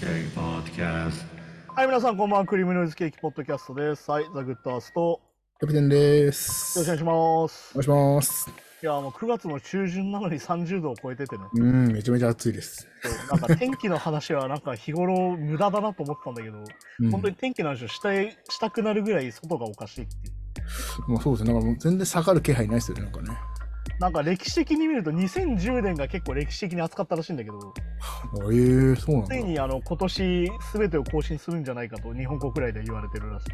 Cake Podcast. はい、皆さん、こんばんは。クリームノイズケーキポッドキャストです。はい、ザ・グッドアースト。キャプテンでよす。ろしくお願いおします。願いします。いや、もう9月の中旬なのに30度を超えててね。うん、めちゃめちゃ暑いです。そうなんか天気の話はなんか日頃無駄だなと思ってたんだけど、うん、本当に天気の話をしたい、したくなるぐらい外がおかしいっていう。まあそうですね。なんかもう全然下がる気配ないですよね、なんかね。なんか歴史的に見ると2010年が結構歴史的に暑かったらしいんだけど、あええそうなんつだ。いにあの今年全てを更新するんじゃないかと日本国内で言われてるらしい。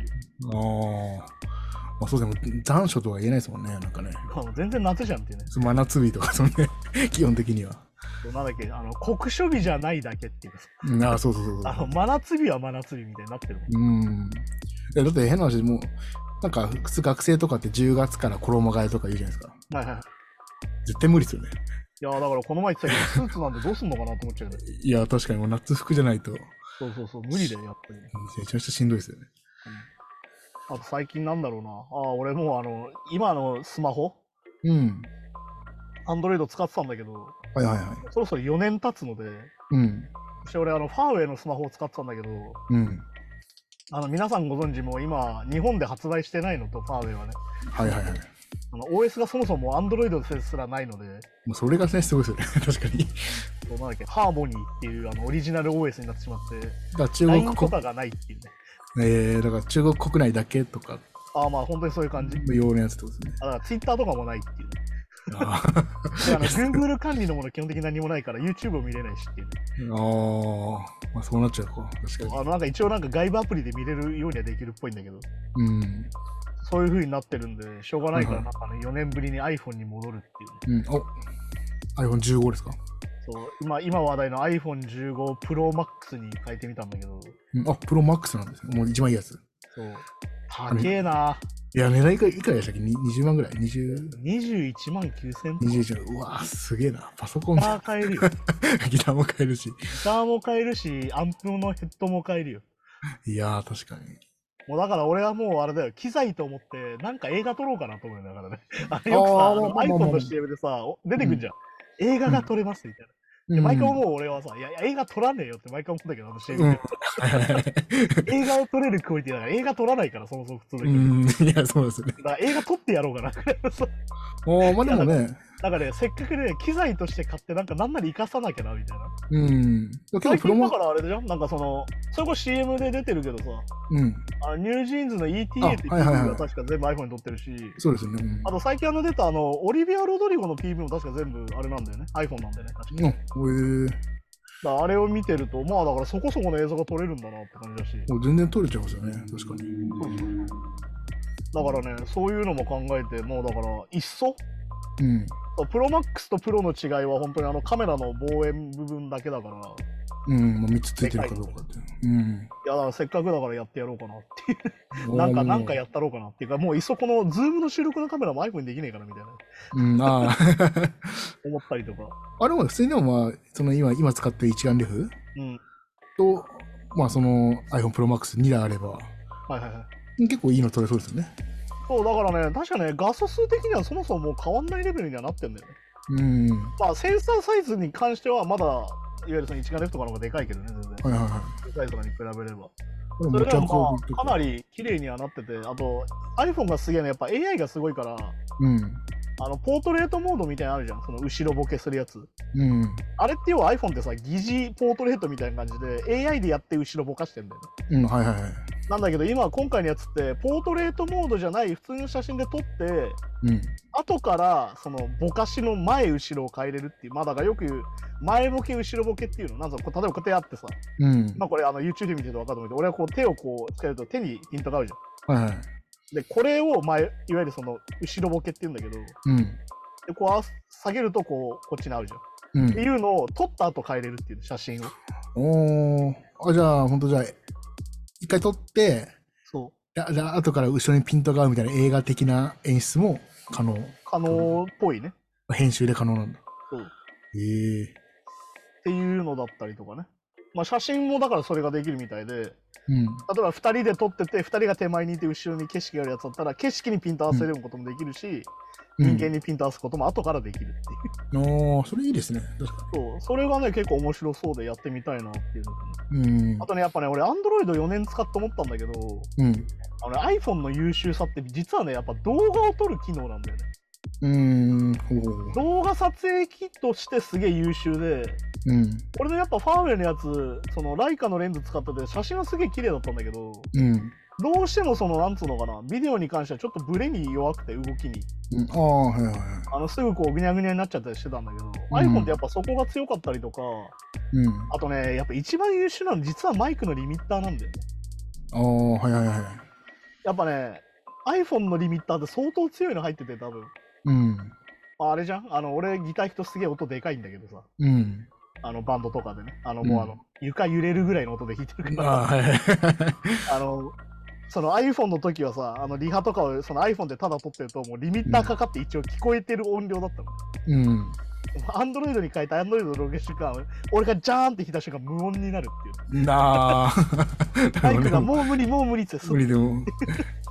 あーまあそうですね。もう残暑とは言えないですもんね、なんかね。まあ全然夏じゃんっていうね。真夏日とか、そんな、基本的には。そうなんだっけ、あの、酷暑日じゃないだけっていうかうん、ああ、そうそうそうそあのう。真夏日は真夏日みたいになってるもんうん。いやだって変な話、もう、なんか普通学生とかって10月から衣替えとか言うじゃないですか。はいはい。絶対無理ですよね。いやーだからこの前言ってたけ ど、スーツなんでどうすんのかなと思っちゃうよね。いや、確かにもう夏服じゃないと、めそうそうそう、無理だよ、やっぱり。ちゃめちゃしんどいですよね。あと最近なんだろうな。ああ、俺もうあの、今のスマホ、うん。アンドロイド使ってたんだけど、はいはいはい。そろそろ4年経つので、うん。そして俺あの、ファーウェイのスマホを使ってたんだけど、うん。あの、皆さんご存知もう今、日本で発売してないのと、ファーウェイはね。はいはいはい。あの、OS がそもそもアンドロイドですらないので、もうそれがね、すごいですよね。 確かに。そうなんだっけ、ハーモニーっていうあの、オリジナル OS になってしまって、だから中 LINE 国と国、かがないっていうね。えー、だから中国国内だけとか、ああ、まあ本当にそういう感じ。用のやつってことですね。あだから Twitter とかもないっていう。あー であの Google 管理のもの基本的に何もないから YouTube を見れないしっていうね、あー、まあそうなっちゃうか。確かあのなんか一応なんか外部アプリで見れるようにはできるっぽいんだけどに。うん。そういう風になってるんでしょうがないからはいなはんかね4年ぶりに iPhone に戻るっていうねうん。お iPhone15 ですか、そう今今話題の iPhone15 Pro Max に変えてみたんだけどうん、あ、プロマックスなんですね。もう一番いいやつ。そう高えないや、値段いくらいくらでしたっけに ?20 万ぐらい ?20、 21万9000円21万。うわー、すげえな。パソコンギも、ター買えるよギギターも買えるし。ターも買えるしアンプのヘッドも買えるよいやー、確かに。もうだから俺はもうあれだよ、機材と思って、なんか映画撮ろうかなと思うよだ からね。あれよくさ、あーあのまあまあまあ iPhone の CM でさ、お出てくんじゃん。映画が撮れますみたいな。うでん毎回思う俺はさ、いや、いや映画撮らねえよって毎回思うんだけど、あの CM うん。で。はい はいはい映画を撮れるクオリティだから、映画撮らないから、そもそも普通だけうど。ん。いや、そうですよね。だから映画撮ってやろうかな。 そうおー、まあでもね。だからね、せっかくね、機材として買って、なんかなんなり生かさなきゃな、みたいな。うん。結構最プ近ロマだックからあれでしょなんかその、それこそ CM で出てるけどさ、ス。うん。あのニュージーンズの ETA ってあいうはいはいはい PV が確か全部 iPhone に撮ってるし、そうですよね。うんあと最近あの出たあのオリビア・ロドリゴの PV も確か全部あれなんだよね iPhone なんだよね確かうん、おえーだからあれを見てるとまあだからそこそこの映像が撮れるんだなって感じだしもう全然取れちゃいますよね、確かに。だからねそういうのも考えてもうだからいっそうん。プロマックスとプロの違いは本当にあのカメラの望遠部分だけだからいうん、まあ、3つついてるかどうかっていう。やだからせっかくだからやってやろうかなっていうん。うなんかなんかや。やったろうかなっていうかもういっそこのズームの収録のカメラも iPhone にできねえかなみたいなうん、あー 思ったりとかあれも普通にでもまあ、その今、今使ってる一眼レフうんと、まあその iPhone Pro Max 2台あれば、はいはいはい結構いいの取れそうですよね。そうだからね確かね画素数的にはそもそももう変わんないレベルにはなってんだよねうん。はまあ、センサーサイズに関しては、まだ、いわゆるその一眼レフとかの方がでかいけどね、全然。いはいはサイズとかに比べれば。い。こそれ持ちが、運まびとあ、かなり綺麗にはなってて、あと、iPhone がすげえの、やっぱ AI がすごいから、うん。あの、ポートレートモードみたいなのあるじゃん、その後ろボケするやつ。うん。あれって要は iPhone ってさ、疑似ポートレートみたいな感じで、AI でやって後ろぼかしてんだよね。うん、はいはいはい。なんだけど、今、今回のやつって、ポートレートモードじゃない普通の写真で撮って、うん。後からそのぼかしの前後ろを変えれるっていうまあだからよく言う前ボケ後ろボケっていうのなんぞこう例えばこうやってあってさうん。まあこれあの YouTube で見てると分かると思うけど俺はこう手をこうつけると手にピントが合うじゃはいはい。んでこれを前いわゆるその後ろボケっていうんだけどでうん。こう合わす下げるとこうこっちに合うじゃんっうんて。いうのを撮った後変えれるっていう写真をおーあ、じゃあ、ほんとじゃあ、一回撮って、そうだだ後から後ろにピントが合うみたいな映画的な演出も可能。可能っぽいね編集で可能なんだ。そうっええていうのだったりとかねまあ写真もだからそれができるみたいでうん。例えば2人で撮ってて2人が手前にいて後ろに景色があるやつだったら景色にピント合わせることもできるし、人間にピント合わすことも後からできるっていう、うん、ああ、それいいですね。確かそうそれがね結構面白そうでやってみたいなっていうのとに。うんあ。とねやっぱね俺 Android4 年使って思ったんだけどうん。あの iPhone の優秀さって実はねやっぱ動画を撮る機能なんだよねうん。ほうほうほう動画撮影機としてすげえ優秀でうん。俺のやっぱファーウェイのやつそのライカのレンズ使ってて写真はすげえ綺麗だったんだけどうん。どうしてもそのなんつうのかなビデオに関してはちょっとブレに弱くて動きにうんああ、はいはいはい。あのすぐこうぐにゃぐにゃになっちゃったりしてたんだけど、うん iPhone ってやっぱそこが強かったりとかうん。あとねやっぱ一番優秀なの実はマイクのリミッターなんだよねああ、はいはいはい。やっぱね iPhone のリミッターって相当強いの入ってて多分うん。ああれじゃんあの俺ギター弾くとすげえ音でかいんだけどさうん。あのバンドとかでねあのもうあの、床揺れるぐらいの音で弾いてるあかあ、らはいはい。あのその iPhone の時はさあのリハとかをその iPhone でただ撮ってるともうリミッターかかって一応聞こえてる音量だったの、うん。アンドロイドに変えたアンドロイドのロケ瞬間、俺がジャーンって引いた瞬間無音になるっていう。なあ。 マイクがもう無理、もう無理って、す無ん理でも、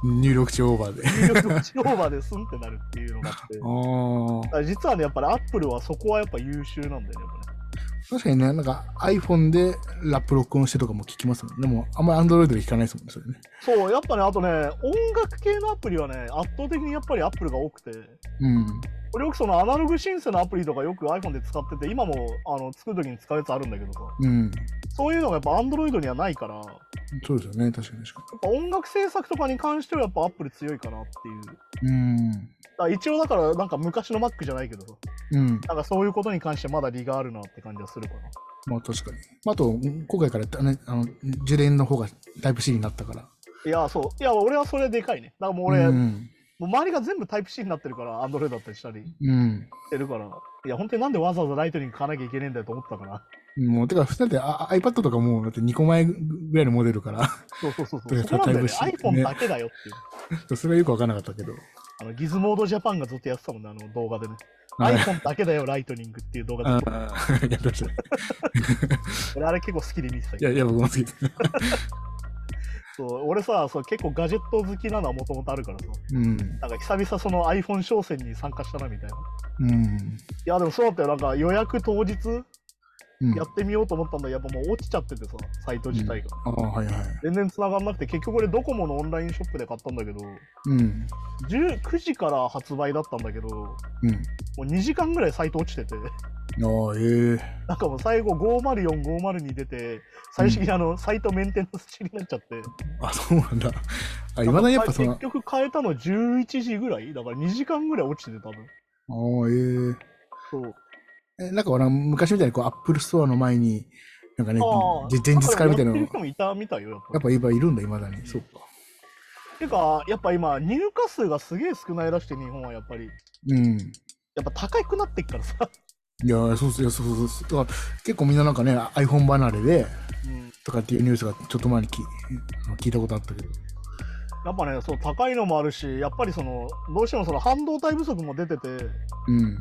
入力値オーバーで。入力落ちオーバーですんってなるっていうのがあって。 だああ。から実はね、やっぱり Apple はそこはやっぱ優秀なんだよね、やっぱね確かにね、なんか iPhone でラップ録音してとかも聞きますもんね。でも、あんまり Android で聞かないですもんね、それね。そう、やっぱね、あとね、音楽系のアプリはね、圧倒的にやっぱり Apple が多くて、うん。俺よくそのアナログシンセのアプリとかよく iPhone で使ってて、今もあの作る時に使うやつあるんだけどさ、うん。そういうのがやっぱ Android にはないから、やっそうですよね、確かに確かぱ音楽制作とかに関してはやっぱ Apple 強いかなっていう。に。うん。だから一応だからなんか昔の Mac じゃないけどさうん。なんかそういうことに関してまだ利があるなって感じはするかなまあ確かに。まああと、今回からね、あの、受電の方がタイプ C になったから。いやそういや俺はそれでかいねだからもう俺、うん。もう周りが全部タイプ C になってるから Android だったりしたりしうん。てるからいや本当になんでわざわざライトニング買わなきゃいけねえんだよと思ったからもう、てか、二人であ iPad とかもう、だって2個前ぐらいのモデルから、 そうそうそうとそうりあえずそこなんだよねタイプ C iPhone だけだよっていうそれはよくわからなかったけど。あのギズモードジャパンがずっとやってたもんねあの動画でねはい iPhone だけだよライトニングっていう動画あであ、やって ましたね。俺あれ結構好きで見てたいけや、どいや、僕も好きです。そう俺さそう結構ガジェット好きなのはもともとあるからさうん。なんか久々その iPhone 商戦に参加したなみたいなうん。いやでもそうだったよなんか予約当日うんやってみようと思ったんだけどやっぱもう落ちちゃっててさサイト自体が、ああ、はいはい。全然繋がんなくて結局俺ドコモのオンラインショップで買ったんだけどうん。 10 9時から発売だったんだけどもう2時間ぐらいサイト落ちてて うん。ああ、ええなんかもう最後504502出て最終的にあの、サイトメンテナンス中になっちゃってあ、そうなんだ。あ、いまだにやっぱその、あ結局変えたの11時ぐらいだから2時間ぐらい落ちてて多分あ、えそうええ、なんか俺は昔みたいにこう、アップルストアの前に、なんかねああ、じ前日からみたいなの、やってる人やもいたみたいよやっぱっぱ今いるんだ、いまだに。そうか。てか、やっぱ今、入荷数がすげえ少ないらしくて、日本はやっぱり。うん。やっぱ高くなってっからさ。いやー、そうそうそうそうそう。だから結構みんななんかね、iPhone 離れで、うん、とかっていうニュースがちょっと前にき聞いたことあったけど。やっぱね、そう、高いのもあるし、やっぱりその、どうしてもその半導体不足も出てて、うん。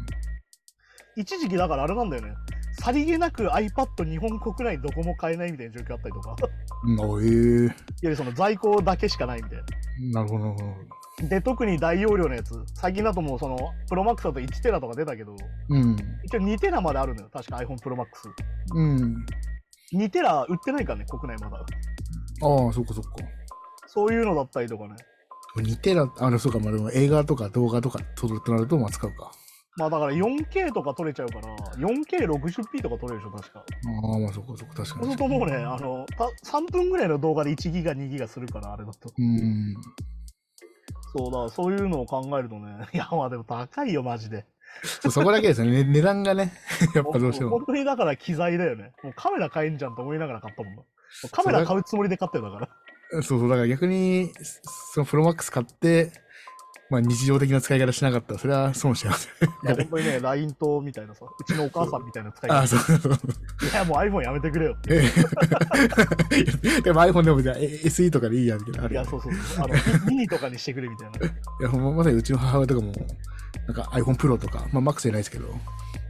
一時期だからあれなんだよね。さりげなく iPad 日本国内どこも買えないみたいな状況あったりとか、 うんあ、ええいやその在庫だけしかないみたいなるほど、なるほど。な。で、特に大容量のやつ、最近だともうその、プロマックスだと1テラとか出たけど、うん。一応2テラまであるのよ、確か iPhone プロマックス。うん。 2テラ売ってないからね、国内まだ。ああ、そっかそっか。そういうのだったりとかね。似てら、あの、そうか、まあ、でも映画とか動画とか撮るとなると、まあ、使うか。まあだから 4K とか撮れちゃうから、4K60p とか撮れるでしょ、確か。ああ、まあ、そっかそっか、確そうかすにる。ともうね、あの、た3分ぐらいの動画で1ギガ、2ギガするから、あれだと。うん。そうだ、そういうのを考えるとね、 いや、まあでも高いよ、マジで。そうそこだけですよね。ね値段がね、やっぱどうしても本。当にだから機材だよね。もうカメラ買えんじゃんと思いながら買ったもんな。カメラ買うつもりで買ってんだから。そうそう、だから逆に、そのプロマックス買って、まあ、日常的な使い方しなかったら、それは損しちゃいますよいや、本当にね、LINE とみたいなさ、うちのお母さんみたいな使いあ方。あ、そうそうそう。いや、もう iPhone やめてくれよって。ええ でも iPhone でもじゃあえ SE とかでいいやみたいなのあいるよや、ねそうそうそう。あの、ミミニとかにしてくれみたいな。いやほんままさにうちの母親とかもなんか iPhone Pro とか、まあ、Max じゃないですけど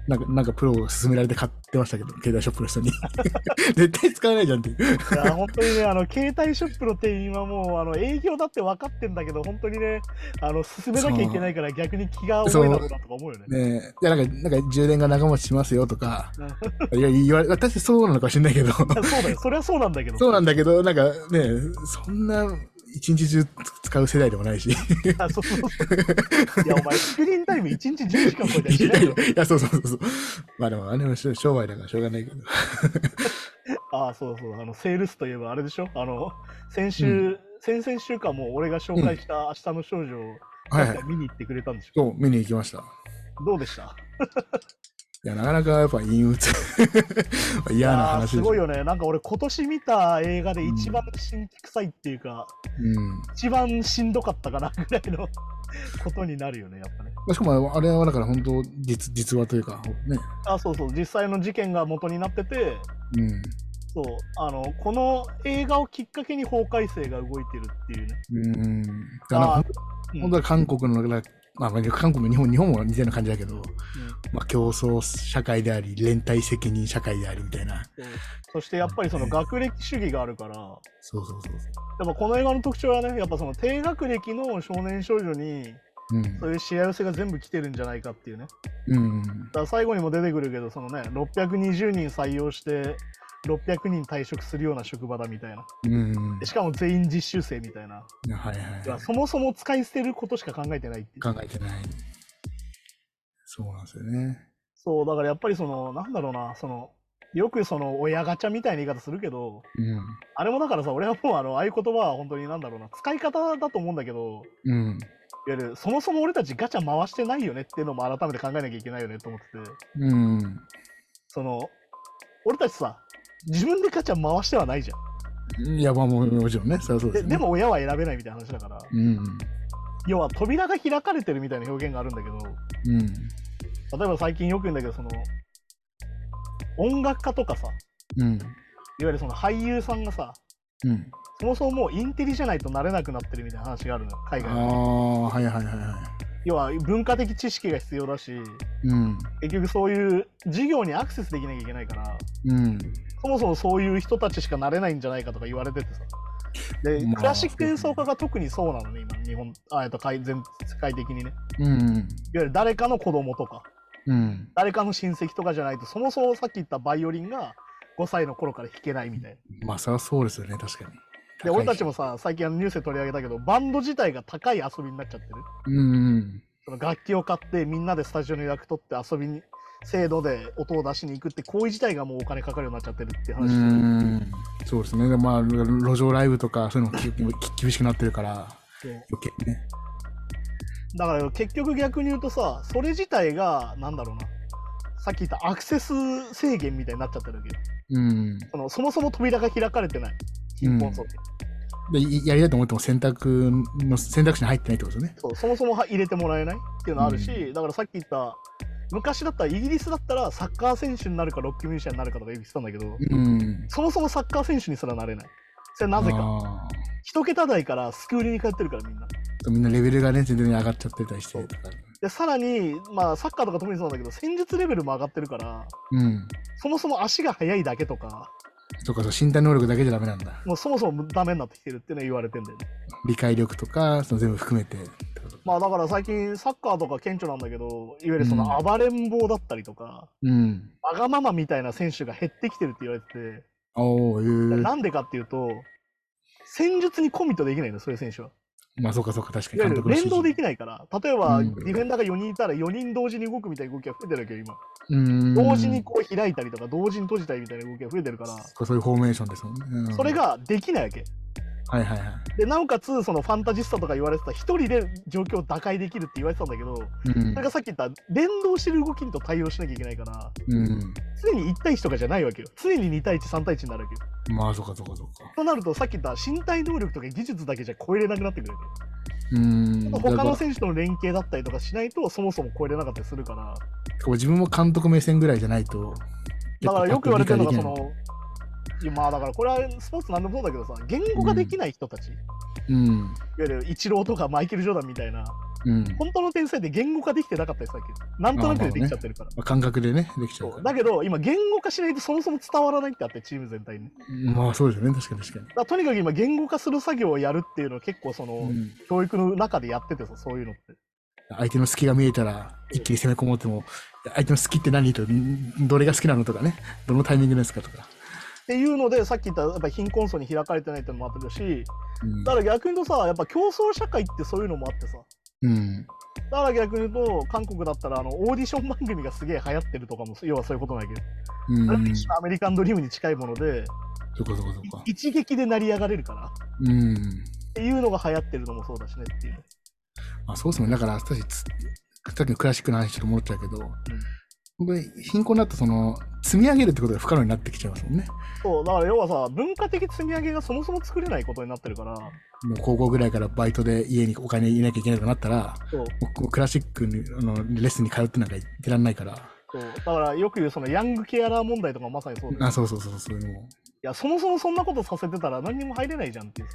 なんか、なんかプロを勧められて買ってましたけど、携帯ショップの人に。 絶対使わないじゃんっていう。いや本当にね、あの携帯ショップの店員はもうあの営業だって分かってんだけど、本当にね、あの進めなきゃいけないから逆に気が重いだろうなとか思うよね。ねえ。いや、なんか、なんか充電が長持ちしますよとか、いや言われ、私そうなのかもしれないけ ど、いやそうだよ、それはそうなんだけど。そうなんだけど、なんかね、そんな一日中使う世代でもないし。あそうそうそういや、お前、スクリーンタイム1日10時間超えたり いしないよ。や、そうそうそうそう。まあでも、あれも商商売だからしょうがないけど。ああ、そうそう、あの、セールスといえばあれでしょあの、先週、先々週かもう俺が紹介した明日の少女を、はいはい。見に行ってくれたんでしょ、そう、見に行きました。いどうでしたや、なかなかやっぱ陰鬱。 嫌な話あーですしょごいよね。なんか俺、今年見た映画で一番新規臭いっていうか、うん。ま一番しんどかったかなぐらいのことになるよね、やっぱね。あしかも、あれはだから本当実、実話というか、ね。あ、そうそう、実際の事件が元になってて、うん。そう、あの、この映画をきっかけに法改正が動いてるっていうね。うん。だからなんかあー本当は韓国の、なんかまあ、韓国も日本、日本も似たような感じだけうど、んうんまあ、競争社会であり、連帯責任社会でありみたいな。そうそしてやっぱりその学歴主義があるから、やっそうそうそうそぱこの映画の特徴はね、やっぱその低学歴の少年少女に、う。そういう幸せが全部来てるんじゃないかっていうね。うん。うん。だから最後にも出てくるけど、そのね、620人採用して、600人退職するような職場だみたいな。うん。でしかも全員実習生みたいな。はいはいいやそもそも使い捨てることしか考えてないっていう。考えてない。そうなんですよね。そう、だからやっぱりその、なんだろうな、その、よくその親ガチャみたいな言い方するけど、あれもだからさ、俺はもうあの、ああいう言葉は本当になんだろうな、使い方だと思うんだけど、うん。うん。いわゆるそもそも俺たちガチャ回してないよねっていうのも改めて考えなきゃいけないよねと思ってて、うん。その、俺たちさ、自分でガチャ回してはないじゃん。いや、まあもうもちろんね、そりゃそうでで、すね。で、も親は選べないみたいな話だから、うん。要は扉が開かれてるみたいな表現があるんだけど、うん。例えば最近よく言うんだけど、その、音楽家とかさ、うん。いわゆるその俳優さんがさ、うん。そもそももうインテリじゃないとなれなくなってるみたいな話があるのよ、海あ外は。あ、はいはいはいは要は文化的知識が必要だし、い。うん。結局そういう事業にアクセスできなきゃいけないから、うん。そもそもそういう人たちしかなれないんじゃないかとか言われててさ。で、まあクラシック演奏家が特にそうなのね、今、日本、あえっと、海全世界的にね。うん。いわゆる誰かの子供とか、うん。誰かの親戚とかじゃないと、そもそもさっき言ったバイオリンが5歳の頃から弾けないみたいな。まあ、そりゃそうですよね、確かに。で、俺たちも。もさ、最近あのニュースで取り上げたけど、バンド自体が高い遊びになっちゃってる。うん。その楽器を買って、みんなでスタジオの予約取って遊びに、制度で音を出しに行くって行為自体がもうお金かかるようになっちゃってるっていうう話。ん。そうですね。まあ、路上ライブとか、そういうのきき 厳しくなってるから、そう余計ね。だから結局逆に言うとさそれ自体がなんだろうなさっき言ったアクセス制限みたいになっちゃってるわけどうん。そのそもそも扉が開かれてない貧困層って、で、いやりたいと思っても選択の、選択肢に入ってないってことですよね。そうそもそもは入れてもらえないっていうのあるし、うだからさっき言った昔だったらイギリスだったらサッカー選手になるかロックミュージシャンになるかとか言ってたんだけど、うん。そもそもサッカー選手にすらなれないそれはなぜかか。一桁台からスクールに通ってるからみんなみんなレベルがね、全然上がっちゃってたりして。そうでさらにまあサッカーとか特にそうなんだけど戦術レベルも上がってるからうん。そもそも足が速いだけとかとか、そう身体能力だけじゃダメなんだ。もうそもそもダメになってきてるっていうのは言われてんだよね。理解力とか、その全部含めて。まあだから最近サッカーとか顕著なんだけど、いわゆるそうのん暴れん坊だったりとか、うん。わがままみたいな選手が減ってきてるって言われてて、おお、えなんでかっていうと、戦術にコミットできないの、そういう選手は。まあ、そうかそうか、確いかにわゆる連動でききないから、例えばうデんィフェンダーが4人いたら4人同時に動くみたいな動きが増えてるわけど、今。うん。同時にこう開いたりとか、同時に閉じたりみたいな動きが増えてるから、そういうフォーメーションですもんね。うんそれ。ができないわけ。はいはいはい。で、なおかつ、そのファンタジスタとか言われてた、1人で状況を打開できるって言われてたんだけど、うんそれがさっき言った連動してる動きにと対応しなきゃいけないからうん。常に1対1とかじゃないわけよ常に2対13対1になるわけよまあ、そうかそうかそうか。となるとさっき言った身体能力とか技術だけじゃ超えれなくなってくるわうん。けだよか他らの選手との連携だったりとかしないとそもそも超えれなかったりするからこう自分も監督目線ぐらいじゃないと。だからよく言われてるのがそ結のいやまあだからこれはスポーツなんでもそうだけどさ言語ができない人たち、いわうん。ゆるイチローとかマイケル・ジョーダンみたいなうん。本当の天才って言語化できてなかったりするわけなんとなくでできちゃってるから、まあ感覚でね、できちゃそうかうら。だけど今言語化しないとそもそも伝わらないってあってチーム全体にだかまあそうですよね、確かに確からとにかく今言語化する作業をやるっていうのは結構その、に。うん教育の中でやっててさそういうのって相手の隙が見えたら、一気に攻め込もうっても、相手の隙って何と、んどれが好きなのとかね、どのタイミングですかとか。っていうのでさっき言ったやっぱ貧困層に開かれてないっていうのもあってるしうんだから逆に言うとさやっぱ競争社会ってそういうのもあってさうん。だから逆に言うと韓国だったらあのオーディション番組がすげえ流行ってるとかも要はそういうことなんやけど、うん。そアメリカンドリームに近いものでこそこそこ。一撃で成り上がれるからっうん。ていうのが流行ってるのもそうだしねっていうまあ、そうですね。だから、私、つさっきのクラシックの話ちょっと戻っちゃうけど、本当に貧困だと、その、積み上げるってことが不可能になってきちゃいますもんね。そうだから要はさ文化的積み上げがそもそも作れないことになってるからもう高校ぐらいからバイトで家にお金入れなきゃいけないとなったら、そうもうクラシックにあのレッスンに通ってなんか行ってらんないから。そうだからよく言うそのヤングケアラー問題とかまさにそうだよねあ、そうそうそう、そういうのも。いや、そもそもそんなことさせてたら何にも入れないじゃんっていう。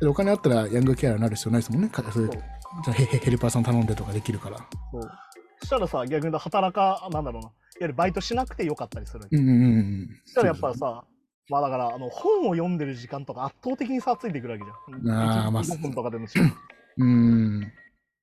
でお金あったらヤングケアラーになる必要ないですもんね。かそういうそうじゃあヘヘヘルパーさん頼んでとかできるから。そうそしたらさ、逆に言うと働か、なんだろうな、いわゆるバイトしなくてよかったりするわけ。うんうんうんうん。そしたらやっぱさ、まあだから、あの本を読んでる時間とか圧倒的に差ついてくるわけじゃん。あー1まあ日5分とかでもしっうん。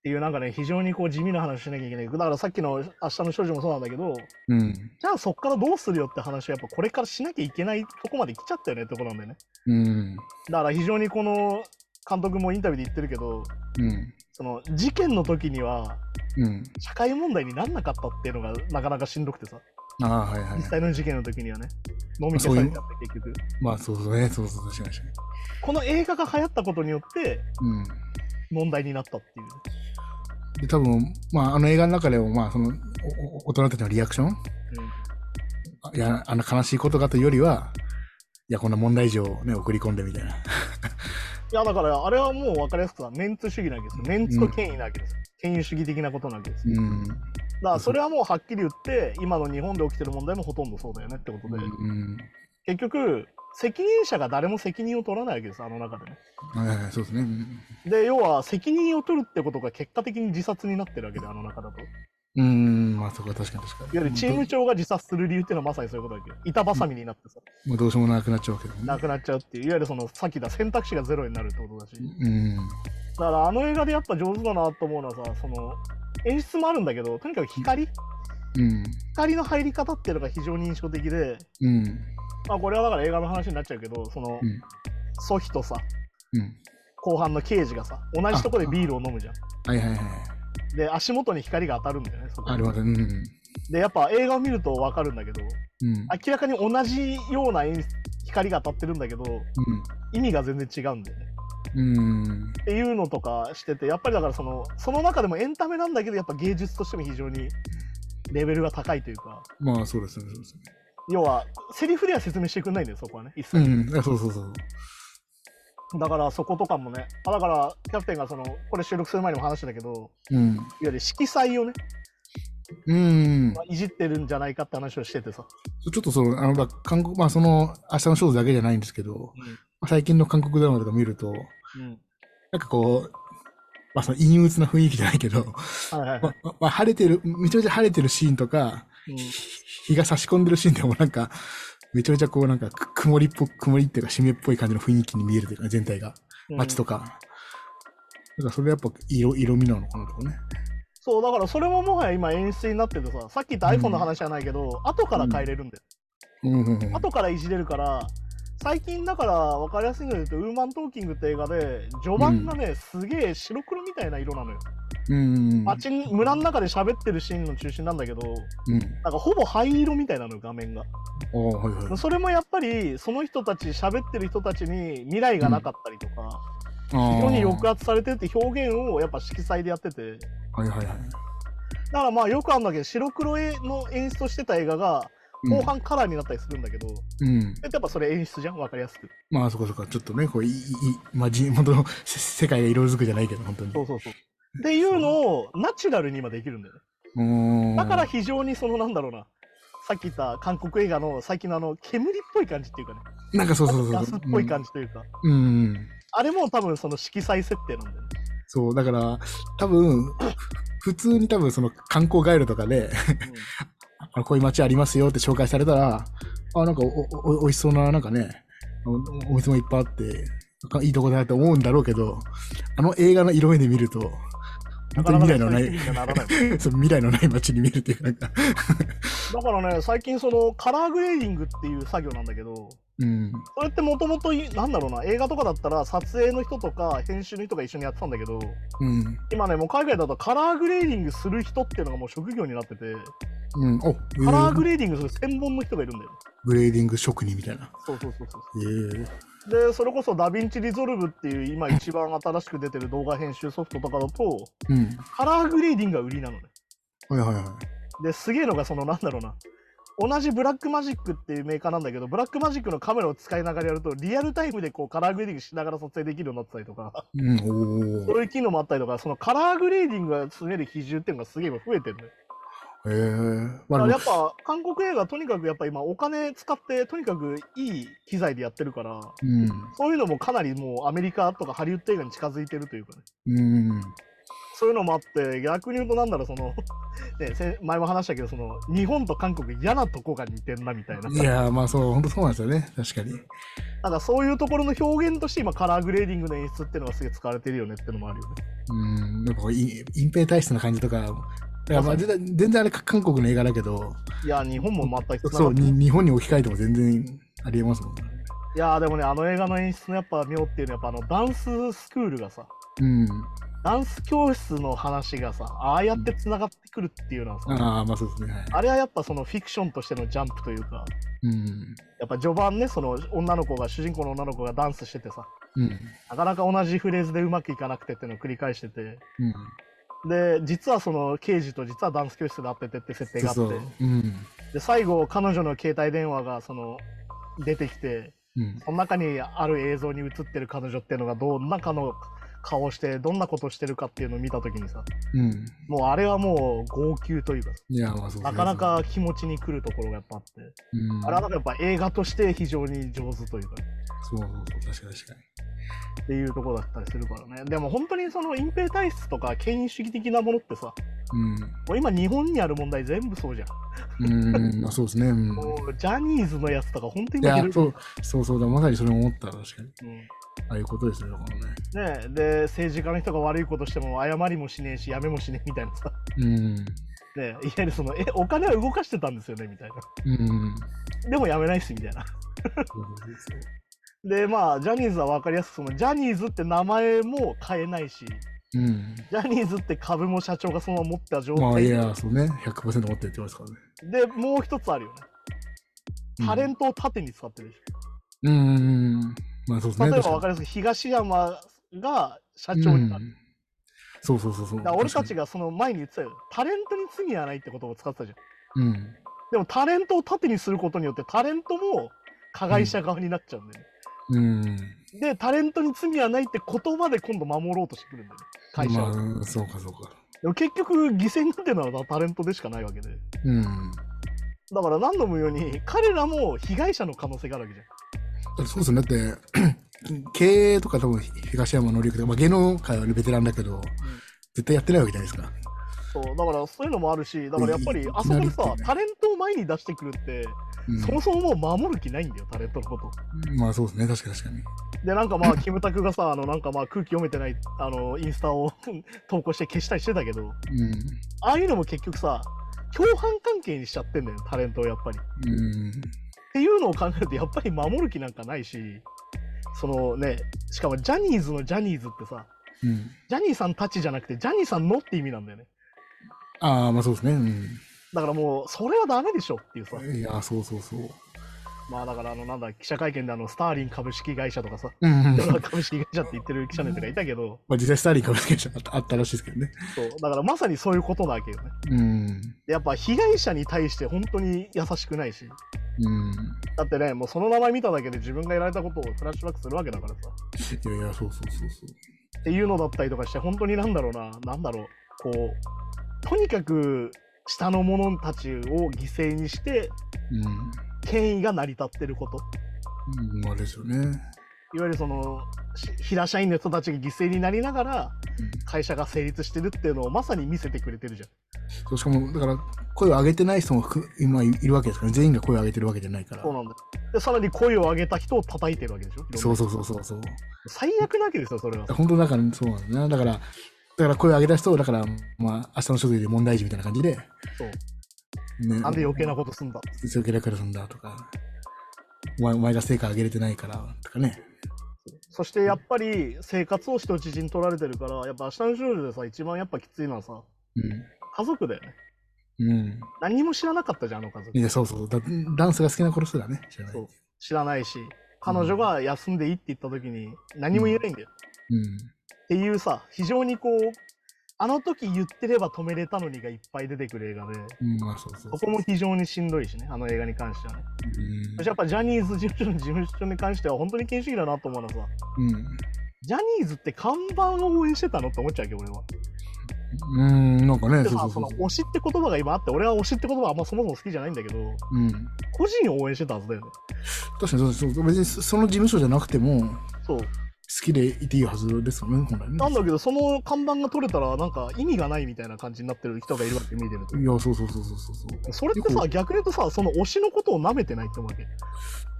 ていうなんかね、非常にこう地味な話しなきゃいけない。だからさっきの明日の少女もそうなんだけど、うん。じゃあそっからどうするよって話をやっぱこれからしなきゃいけないとこまで来ちゃったよねってとこなんだよね。うん。だから非常にこの監督もインタビューで言ってるけど、うん。その事件の時にはうん。社会問題になんなかったっていうのがなかなかしんどくてさああ、はいはい実。際の事件の時にはね飲み消されちゃって結局まあそうそうね。そうそう、確かに確かこの映画が流行ったことによってに。うん。問題になったっていうで、多分、まああの映画の中でも、まあその、おお大人たちのリアクションね、あいや、あの悲しいことがというよりは、いや、こんな問題児をね、送り込んでみたいな。いやだからあれはもう分かりやすくさメンツ主義なわけですよメンツと権威なわけですよ、権威主義的なことなわけですようん。だからそれはもうはっきり言って今の日本で起きてる問題もほとんどそうだよねってことで、うん。結局責任者が誰も責任を取らないわけですあの中でねはいはいはい、そうですね。うんで要は責任を取るってことが結果的に自殺になってるわけであの中だとうーん、まあそこは確かに確かに。いわゆるチーム長が自殺する理由っていうのはまさにそういうことだけど、板挟みになってさ、もうどうしようもなくなっちゃうわけどね。なくなっちゃうっていう、いわゆるそのさっき言った選択肢がゼロになるってことだし、だうん。からあの映画でやっぱ上手だなと思うのはさ、その演出もあるんだけど、とにかく光、うん。光の入り方っていうのが非常に印象的で、うん。まあ、これはだから映画の話になっちゃうけど、そのうん。ソヒとさ、うん。後半の刑事がさ、同じとこでビールを飲むじゃん。はいはいはい。で、足元に光が当たるんだよね、そこありますね。うん。で、やっぱ映画を見ると分かるんだけど、うん。明らかに同じような演出光が当たってるんだけど、意味が全然違うんだよね。うん。うん。っていうのとかしててやっぱりだからそのその中でもエンタメなんだけどやっぱ芸術としても非常にレベルが高いというかまあそうですね、そうですね。要はセリフでは説明してくんないんだよそこはね一切、うん。あそうそうそう。だからそことかもねあだからキャプテンがそのこれ収録する前にも話したけどいわうん。ゆる色彩をねうん。まあいじってるんじゃないかって話をしててさ、ちょっとその、あの、まあ韓国、まあその、明日のショーだけじゃないんですけど、最近の韓国ドラマとか見ると、うんなんかこう、まあその陰鬱な雰囲気じゃないけど、 はいはいはまい、あまあ、晴れてる、めちゃめちゃ晴れてるシーンとか、うん日が差し込んでるシーンでもなんか、めちゃめちゃこうなんかく曇りっぽく、曇りっていうか湿っぽい感じの雰囲気に見えるというか、全体が。うん街とか。だからそれやっぱ色、色味なのかなとかね。そうだからそれももはや今演出になっててささっき言った iPhone の話じゃないけど、後から変えれるんだようんうんうん。後からいじれるから最近だから分かりやすいので言うと「ウーマントーキング」って映画で序盤がね、すげえ白黒みたいな色なのようんうんうん。街に村の中で喋ってるシーンの中心なんだけどうん。なんかほぼ灰色みたいなのよ画面がああ、はいはい。それもやっぱりその人たち喋ってる人たちに未来がなかったりとか、非常に抑あ圧されてるって表現をやっぱ色彩でやっててだあはいはいはい。からまあよくあるんだけど白黒絵の演出をしてた映画が後半カラーになったりするんだけど、うん。うん。やっぱそれ演出じゃん分かりやすくまあそこそこ、ちょっとね、こう、いい、いい、まあ地 元のせ世界が色づくじゃないけど、本当に。そうそうそう。っていうのをナチュラルに今できるんだよね。うーん。だから、非常にそのなんだろうな。さっき言った韓国映画の最近のあの煙っぽい感じっていうかね。なんかそうそうそう安そっう。ぽい感じというか、うん。うん。あれも多分その色彩設定なんだよね。そう、だから、多分、普通に多分その観光ガイドとかで、 あこういう街ありますよって紹介されたら、あ、なんかお、お、お美味しそうな、なんかね、おお店もいっぱいあって、なんかいいとこだなと思うんだろうけど、あの映画の色目で見ると、うん、な本当かなかねに未来そのうないう気い、にはならない。 そう未来のない街に見るっていう、なんか、だからね、最近そのカラーグレーディングっていう作業なんだけど、うん、それってもともと、なんだろうな、映画とかだったら撮影の人とか編集の人が一緒にやってたんだけど、うん、今ね、もう海外だとカラーグレーディングする人っていうのがもう職業になってて、うん、お、カラーグレレーディングする専門の人がいるんだよ。グレーディング職人みたいな。そうそうそうそう。えー、で、それこそダヴィンチリゾルブっていう今一番新しく出てる動画編集ソフトとかだと、うん、カラーグレーディングが売りなのね。はいはいはい。で、すげえのがそのなんだろうな。同じブラックマジックっていうメーカーなんだけど、ブラックマジックのカメラを使いながらやると、リアルタイムでこうカラーグレーディングしながら撮影できるようになってたりとか、うん、おそーういう機能もあったりとか、そのカラーグレーディングが占める比重っていうのがすげえ今増えてるのよ。えー、だかまあらでやもっぱ韓国映画とにかくやっぱ今お金使ってとにかくいい機材でやってるから、うん、そういうのもかなりもうアメリカとかハリウッド映画に近づいてるというかね。うん、そういうのもあって、逆に言うと、なんだろう、その、 ね、せ前も話したけど、その、日本と韓国嫌なとこが似てんな、みたいな。いやー、まあそう、本当そうなんですよね、確かに。なんかそういうところの表現として、今、カラーグレーディングの演出っていうのがすげえ使われてるよねってのもあるよね。うん、なんかこうい隠蔽体質な感じとか、だからまあ全然全然あれか韓国の映画だけど、いや、日本もまたそうに日本に置き換えても全然ありえますもんね。いや、でもね、あの映画の演出のやっぱ妙っていうのは、やっぱあの、ダンススクールがさ、うん。ダンス教室の話がさ、ああやって繋がってくるっていうのはさ、ああ、まあそうですね。はいあれはやっぱそのフィクションとしてのジャンプというか、うん。やっぱ序盤ね、その女の子が、主人公の女の子がダンスしててさ、うん。なかなか同じフレーズでうまくいかなくてっていうのを繰り返してて、うん。で、実はその刑事と実はダンス教室で会っててって設定があって、そうそう。うん。で、最後、彼女の携帯電話がその出てきて、うん。その中にある映像に映ってる彼女っていうのがどんなかの顔をして、どんなことしてるかっていうのを見たときにさ、うん。もうあれはもう号泣というかさ、いや、まあそうですね。なかなか気持ちに来るところがやっぱあって、うん。あれはなんかやっぱ映画として非常に上手というか、そうそうそう、確かに確かに。っていうところだったりするからね。でも本当にその隠蔽体質とか権威主義的なものってさ、もう今日本にある問題全部そうじゃん。うん。うん。まあそうですね。うん。もうジャニーズのやつとか本当いに今や広い、そう、そうそうだ、まさにそれ思った、確かに。うんねああいうことですね、だからね。えで政治家の人が悪いことしても謝りもしねえしやめもしねえみたいなさ、うん。ねえ、いわゆるそのえお金は動かしてたんですよねみたいなうん。でもやめないしみたいなでまあジャニーズは分かりやすくそのジャニーズって名前も変えないしうん。ジャニーズって株も社長がそのまま持った状態、まあいや、そうね、100%持ってるって言ってますからね。でもう一つあるよねうんタレントを縦に使ってるでしうーん。まあそうですょ、ね。例えば確分かかりやすく東山が社に長になる、うんそうそうそうそう。だから俺たちが。がその前に言ってたよタレントに罪はないって言葉を使ってたじゃんうん。でもタレントを盾にすることによってタレントも加害者側になっちゃうんだよね、うん。でタレントに罪はないって言葉で今度守ろうとしてくるんだよね会社まあは、うん、そうかそうか。でも結局犠牲になってるのはタレントでしかないわけでうん。だから何度も言うように彼らも被害者の可能性があるわけじゃんそうですね。だって、 経営とか多分東山紀之とか、まあ芸能界はベテランだけど、絶対やってないわけじゃないですか。そうだからそういうのもあるしだからやっぱりうんあそこでいきなりさってねタレントを前に出してくるって、うんそもそももう守る気ないんだよタレントのことまあそうですね。確かに確かに。でなんかまあキムタクがさあのなんかまあ空気読めてないあのインスタを 投稿して消したりしてたけどああいうのも結局さ共犯関係にしちゃってんだよタレントをやっぱり。っうん。うん。ていうのを考えるとやっぱり守る気なんかないしそのねしかもジャニーズのジャニーズってさうん。ジャニーさんたちじゃなくてジャニーさんのって意味なんだよねああ、まあそうですね。うだからもうそれはダメでしょっていうさん。いや、そうそうそう。まあだからあのなんだ記者会見であのスターリン株式会社とかさ うん。 株式会社って言ってる記者の人がいたけどまあ実際スターリン株式会社あったあったらしいですけどね。そうだからまさにそういうことなわけよねうん。やっぱ被害者に対して本当に優しくないしうん。だってねもうその名前見ただけで自分がやられたことをフラッシュバックするわけだからさいやいや、そうそうそうそう。っていうのだったりとかして本当になんだろうななんだろうこうとにかく下の者たちを犠牲にしてうん。権威が成り立ってることうん、あれですよね。いわゆるそのし平社員の人たちが犠牲になりながら会社が成立してるっていうのをまさに見せてくれてるじゃん。そうしかも、だから、声を上げてない人もふ今いるわけですから、全員が声を上げてるわけじゃないからそう。なんだよでさらに声を上げた人を叩いてるわけでしょいろんなそうそうそうそうそう。最悪なわけですよそれは。本当だから、そうなんだな。だから、だから声を上げた人を、だから、まあ、明日の書類で問題児みたいな感じで、そうね、なんで余計なことすんだ強気だからなんだとか、お前お前が成果上げれてないからとかね。そしてやっぱり生活を人質に取られてるからやっぱ明日の少女でさ一番やっぱきついのはさ家族だよねうん。うん。何にも知らなかったじゃんあの家族いや、そうそうだ。ダンスが好きな頃すらね、知らない。そうう知らないし彼女が休んでいいって言った時に何も言えないんだよ、ん。っていうさ非常にこうあの時言ってれば止めれたのにがいっぱい出てくる映画でうん、まあそうそうそこも非常にしんどいしねあの映画に関してはねうそんしてやっぱジャニーズ事務所の事務所に関しては本当に厳しいだなと思うのはさうん。ジャニーズって看板を応援してたのって思っちゃうけど俺は。うん、なんかね、でそうそさうそそうの。推しって言葉が今あって俺は推しって言葉はあんまそもそも好きじゃないんだけどうん。個人を応援してたはずだよね。確かにそうそう。別にそその事務所じゃなくても、そ好うきでいていいはずですよね、本来ね。なんだけどその看板が取れたらなんか意味がないみたいな感じになってる人がいるわけ見てると。いや、そうそうそうそうそうそう。それってよさ逆に言うとさその推しのことを舐めてないって思うわけ。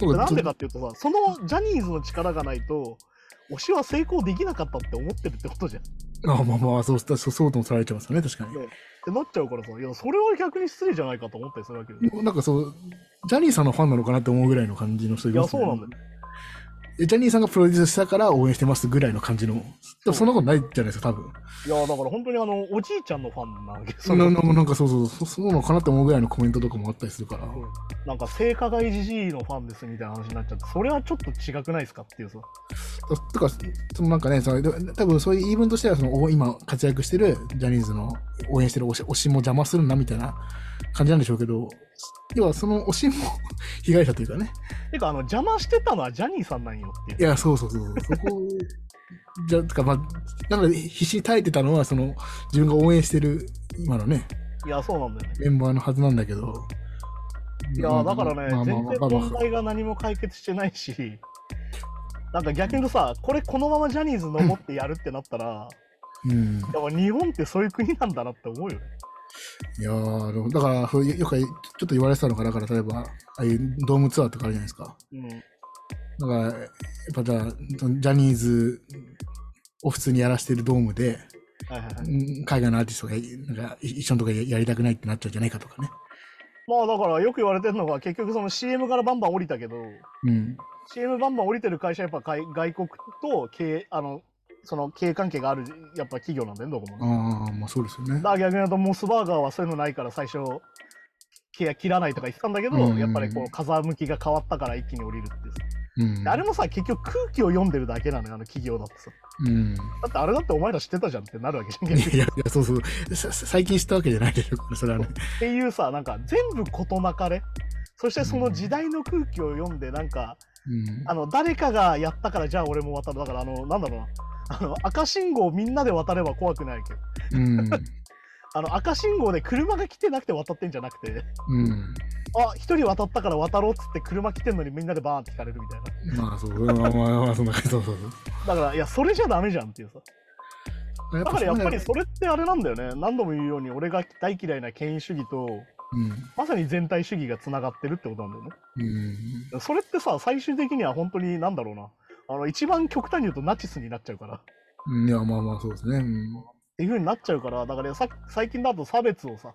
だでなんでかっていうとさそのジャニーズの力がないと推しは成功できなかったって思ってるってことじゃん。っあまあまあ、そうそうそうとも取られちゃいますよね、確かに。てなっちゃうからさいやそれは逆に失礼じゃないかと思ったりするわけよ。なんかそう、ジャニーさんのファンなのかなって思うぐらいの感じの人いますいやそうなんだジャニーさんがプロデュースしたから応援してますぐらいの感じの。でもそんなことないじゃないですか、多分。いやだから本当にあのおじいちゃんのファンなわけですそよんなななんかそうそうそう、そうなのかなって思うぐらいのコメントとかもあったりするから。なんか性加害じじいのファンですみたいな話になっちゃってそれはちょっと違くないですかっていうさとか、そのなんかね、その多分そういう言い分としてはその、お今活躍してるジャニーズの応援してる推し推しも邪魔するなみたいな感じなんでしょうけど、要はその推しも 被害者というかね。てかあの邪魔してたのはジャニーさんなんよっていういや、そうそうそうそう。そこ、じゃ、つか、まあ、なので、必死に耐えてたのは、その、自分が応援してる、今のね、いやそうなんだよねメンバーのはずなんだけど。いやだからね、まあまあ全ま然あまあ問題が何も解決してないしなんか逆に言うとさこれこのままジャニーズ登ってやるってなったらうん。やっぱ日本ってそういう国なんだなって思うよねいやーでもだから、そうよく、ちょっと言われてたのかな、だから、例えば、ああいうドームツアーとかあるじゃないですか。うんだから、やっぱじゃあ、ジャニーズを普通にやらしてるドームで、はいはいはいうん海外のアーティストが、なんか、い一緒のとこややりたくないってなっちゃうんじゃないかとかね。まあだからよく言われてるのが結局その CM からバンバン降りたけどうん。 CM バンバン降りてる会社はやっぱ外外国と経営あのその経営関係があるやっぱ企業なんだよねどこもね。ああ、まあそうですよねだか。ら逆に言うとモスバーガーはそういうのないから最初契約切らないとか言ってたんだけど、うんやっぱりこう風向きが変わったから一気に降りるってさうん。あれもさ結局空気を読んでるだけなのよあの企業だってさうん。だってあれだってお前ら知ってたじゃんってなるわけじゃんい逆やにいや、そうそう。ささ最近知ったわけじゃないでしょ、これそれはね。っていうさなんか全部事なかれそしてその時代の空気を読んでなんか、うんあの誰かがやったからじゃあ俺も渡るだからあのなんだろうな あの赤信号みんなで渡れば怖くないけどうん。あの赤信号で車が来てなくて渡ってんじゃなくてうん。あ一人渡ったから渡ろうっつって車来てんのにみんなでバーンって引かれるみたいなまあそう、まあまあまあ、そんな感じ、そうそうそだからいやそれじゃダメじゃんっていうさう。やだからやっぱりそそれってあれなんだよね何度も言うように俺が大嫌いな権威主義とうね。まさに全体主義がつながってるってことなんだよねうん。それってさ最終的には本当になんだろうなあの一番極端に言うとナチスになっちゃうからうん。いや、まあまあ、そうですね。うん。っていう風になっちゃうからだからさ最近だと差別をさ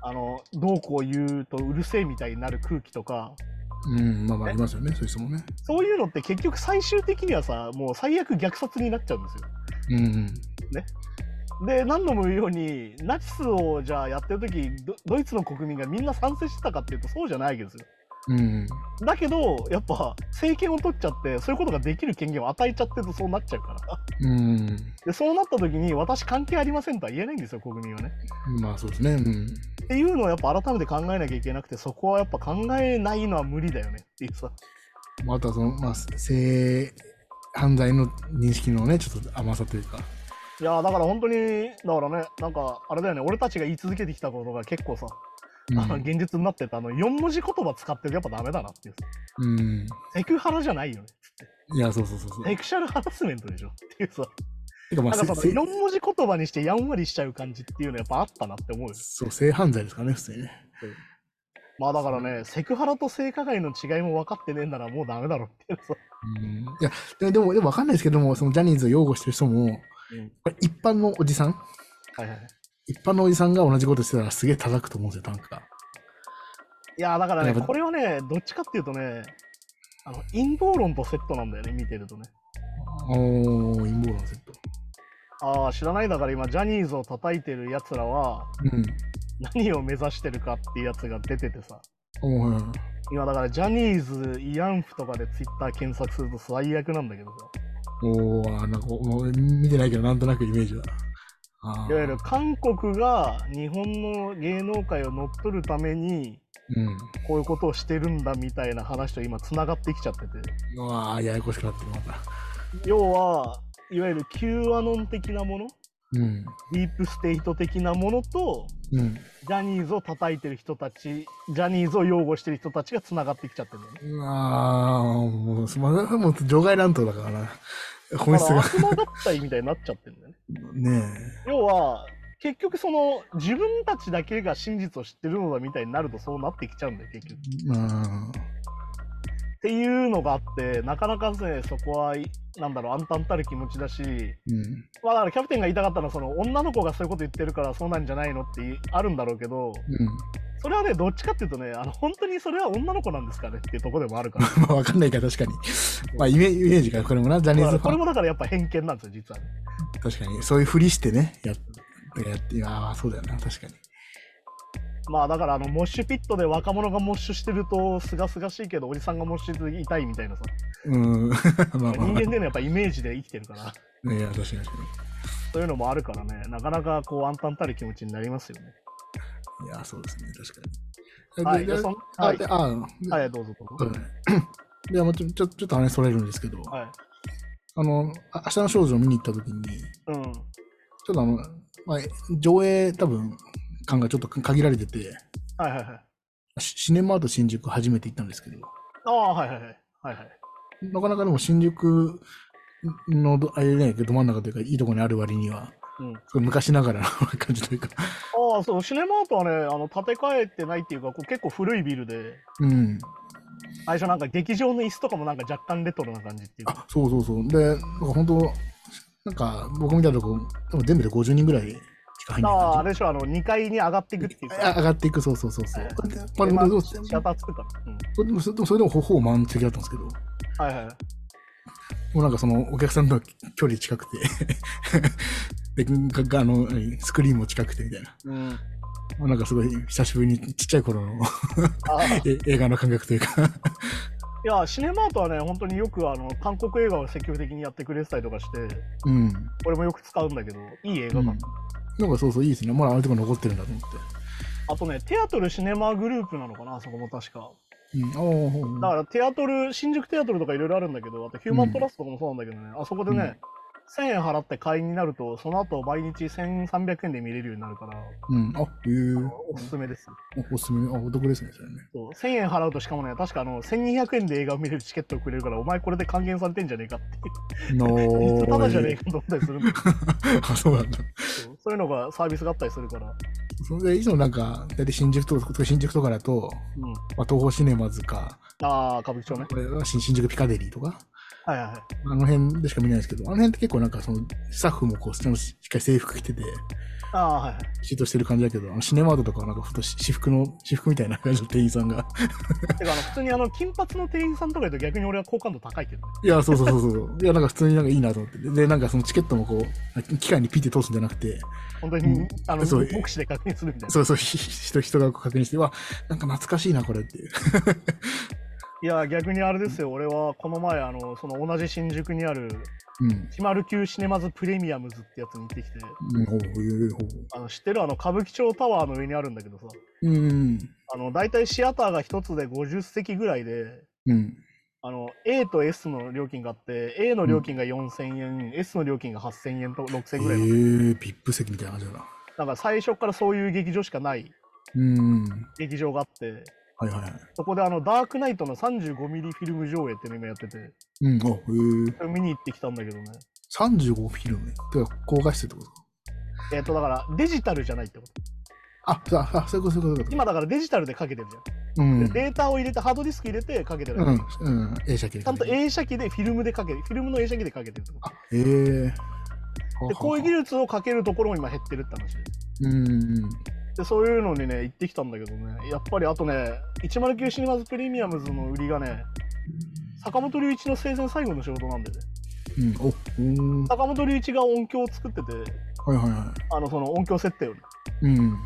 あのどうこう言うとうるせえみたいになる空気とかうん。うん。まあまあ、ありますよね、そういう人もね。そういうのって結局最終的にはさもう最悪虐殺になっちゃうんですよ。うんうん。で何度も言うようにナチスをじゃあやってる時ドドイツの国民がみんな賛成してたかっていうとそうじゃないわけですよ。うん。だけどやっぱ政権を取っちゃってそういうことができる権限を与えちゃってるとそうなっちゃうからうん。でそうなった時に私関係ありませんとは言えないんですよ国民はね。まあそうですね。うん。っていうのをやっぱ改めて考えなきゃいけなくてそこはやっぱ考えないのは無理だよねっていうさ。まあ、あとはその、まあ、性犯罪の認識のね、ちょっと甘さというか。いやーだから本当にだからねなんかあれだよね俺たちが言い続けてきたことが結構さうんあの現実になってたあの4文字言葉使ってるやっぱダメだなっていううん。セクハラじゃないよねいや、そうそうそうそう。セクシャルハラスメントでしょっていうさてかまあ、なんかそせせの4文字言葉にしてやんわりしちゃう感じっていうのやっぱあったなって思うよそう、性犯罪ですからね、普通にね。まあだからねセクハラと性加害の違いも分かってねえんならもうダメだろっていうさうん。いや、でも、でも、でもわかんないですけども、そのジャニーズを擁護してる人も、うんこれ一般のおじさんはいはい一般のおじさんが同じことしてたらすげえ叩くと思うんですよ、単価。いやーだからねやっぱこれはねどっちかっていうとねあの陰謀論とセットなんだよね見てるとねおー、陰謀論セット。ああ知らないだから今ジャニーズを叩いてるやつらはうん。何を目指してるかっていうやつが出ててさおー、はいはい今だからジャニーズ慰安婦とかでツイッター検索すると最悪なんだけどさおー、あなんか、もう見てないけど、なんとなくイメージだ。あーいわゆる韓国が日本の芸能界を乗っ取るためにうん。こういうことをしてるんだみたいな話と今つながってきちゃっててうわー、ややこしくなってる、また。要はいわゆる Q アノン的なものうん。ディープステイト的なものとうん。ジャニーズを叩いてる人たちジャニーズを擁護してる人たちがつながってきちゃってるんだよねうわー、もう、すまだもう場外乱闘だからな。本だ質からが。悪魔合体みたいになっちゃってるんだよねね要は結局その自分たちだけが真実を知ってるのだみたいになるとそうなってきちゃうんだよ結局え。うん。っていうのがあってなかなかねそこはいなんだろう暗澹たる気持ちだし、うん。まあ、だからキャプテンが言いたかったのはその女の子がそういうこと言ってるからそうなんじゃないのってあるんだろうけどうん。それはねどっちかっていうとねあの本当にそれは女の子なんですかねっていうところでもあるから まあ、わかんないか、確かに。まあ、イメイメージが、これもな、ジャニ ーズまあフこァれン。もだからやっぱ偏見なんですよ実はね、確かに。そういうふりしてね、やっやって、ああ、そうだよな、確かに。まあだからあのモッシュピットで若者がモッシュしてるとすがすがしいけどおじさんがモッシュして痛いみたいなさうん。ま あまあ、人ま間でのやっぱイメージで生きてるからあ、いや、確かに。そういうのもあるからねなかなかこう暗澹たる気持ちになりますよねいや、そうですね、確かに。はいでででそんあ、はいで、あ、。はいいどうぞどうぞ、で、もうちょ、ちょ、ちょっと話それるんですけど、はいあの、あ明日の少女を見に行った時に、うんちょっとあの、まあ、上映多分、感がちょっと限られてて、はいはいはい。シシネマート新宿初めて行ったんですけど、ああ、はいはいはい。はいはい。なかなかでも新宿のど、あれね、ど真ん中というか、いいとこにある割には、うん、すごい昔ながらの 感じというか、ああ、そう、シネマートはね、あの建て替えてないっていうか、こう結構古いビルで、うん。最初なんか劇場の椅子とかもなんか若干レトロな感じっていうか。あ、そうそうそう。で、なんか本当なんか僕みたいなとこ、多分全部で50人ぐらいしか入んあない感あ、じあれでしょ、あの2階に上がっていくっていうあか、上がっていく、そうそうそうそう。はでままあ、でもでもシアター作ったの。うん。でもそれでもそれでもほぼ満席だったんですけど、もはいはいはい。うなんかそのお客さんとの距離近くて でががあの、何スクリーンも近くてみたいな、うん、あもうなんかすごい久しぶりにちっちゃい頃のあいえ 映画の感覚というか、やシネマートはね本当によくあの韓国映画を積極的にやってくれてたりとかしてうん、俺もよく使うんだけどいい映画うだ、ん。なんかそうそう、いいですね。まだああいうとこ残ってるんだと思って。あとねテアトルシネマグループなのかなあそこも確かうん、ああ、ほうだからテアトル、新宿テアトルとかいろいろあるんだけど、あとヒューマントラストとかもそうなんだけどね、あそこでね、1000円払って会員になると、その後毎日1300円で見れるようになるから、うん、あ、へおすすめです。えおすすめ、あ、お得ですね、それね。そう1000円払うとしかもね、確かあの1200円で映画を見れるチケットをくれるから、お前これで還元されてんじゃねえかっていう、の実は ただじゃねえかと思ったりするんだけ あ、そうなんだ。ど、そういうのがサービスがあったりするから、それでいつもなんか、大体新宿とか、新宿とかだと、うん、まあ、東宝シネマズか、ああ、歌舞伎町ね。これは新新宿ピカデリーとか、はいはいはい。あの辺でしか見ないですけど、あの辺って結構なんかその、スタッフもこう、ちゃんとしっかり制服着てて、ああ、はいはい。シートしてる感じだけど、あのシネマートとかはなんかふとし私服の、私服みたいな感じの店員さんが、 てかあの、普通にあの金髪の店員さんとかいると逆に俺は好感度高いけどね。いや、そうそうそうそう。いや、なんか普通になんかいいなと思って。で、なんかそのチケットもこう、機械にピッて通すんじゃなくて、本当うにん、あの、そう目視で確認するみたいな。そうそう、ひ人、人がこう確認して、うわ、なんか懐かしいな、これっていう。いや逆にあれですよ俺はこの前あのその同じ新宿にあるうん。 109シネマズプレミアムズってやつに行ってきてうん、ほうほういうほうあの知ってるあの歌舞伎町タワーの上にあるんだけどさうん。あの大体シアターが1つで50席ぐらいでうん。あの A と S の料金があって A の料金が4000円、S の料金が8000円と6000ええ円ぐらいの、ビップ席みたいな感じだな。なんか最初からそういう劇場しかないうん。劇場があって、はいはいはい。そこであの、ダークナイトの35ミリフィルム上映っていうの今やってて、うん、お、へえ。それ見に行ってきたんだけどね。 35フィルム。てか、高画質ってことか。えっ、と、だから、デジタルじゃないってこと。あ、そうあ、そういうこと、そういうこと。今だからデジタルでかけてるじゃん。うん。うん。データを入れて、ハードディスク入れてかけてる。うん。映写系。ちゃんと映写機でフィルムでかけて、フィルムの映写機でかけてるってこあ、へえ。と。で、こういう技術をかけるところも今減ってるって話。うん。で、そういうのにね、行ってきたんだけどね、やっぱりあとね、109シネマズプレミアムズの売りがね、坂本龍一の生前最後の仕事なんでね、うん。お、うん。は坂本龍一が音響を作ってて、いはいはあの、その音響設定をねい。うん。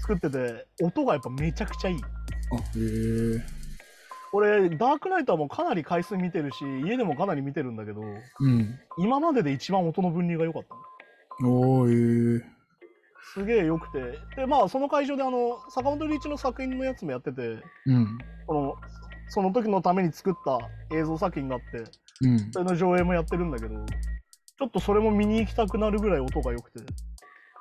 作ってて、音がやっぱめちゃくちゃいい。あ、へえ。俺、ダークナイトはもうかなり回数見てるし、家でもかなり見てるんだけど、うん。今までで一番音の分離が良かったの。おー、へえ。すげえ良くて。で、まあ、その会場で、あの、坂本龍一の作品のやつもやってて、うん。この、その時のために作った映像作品があって、うんそ。れの上映もやってるんだけど、ちょっとそれも見に行きたくなるぐらい音が良くて、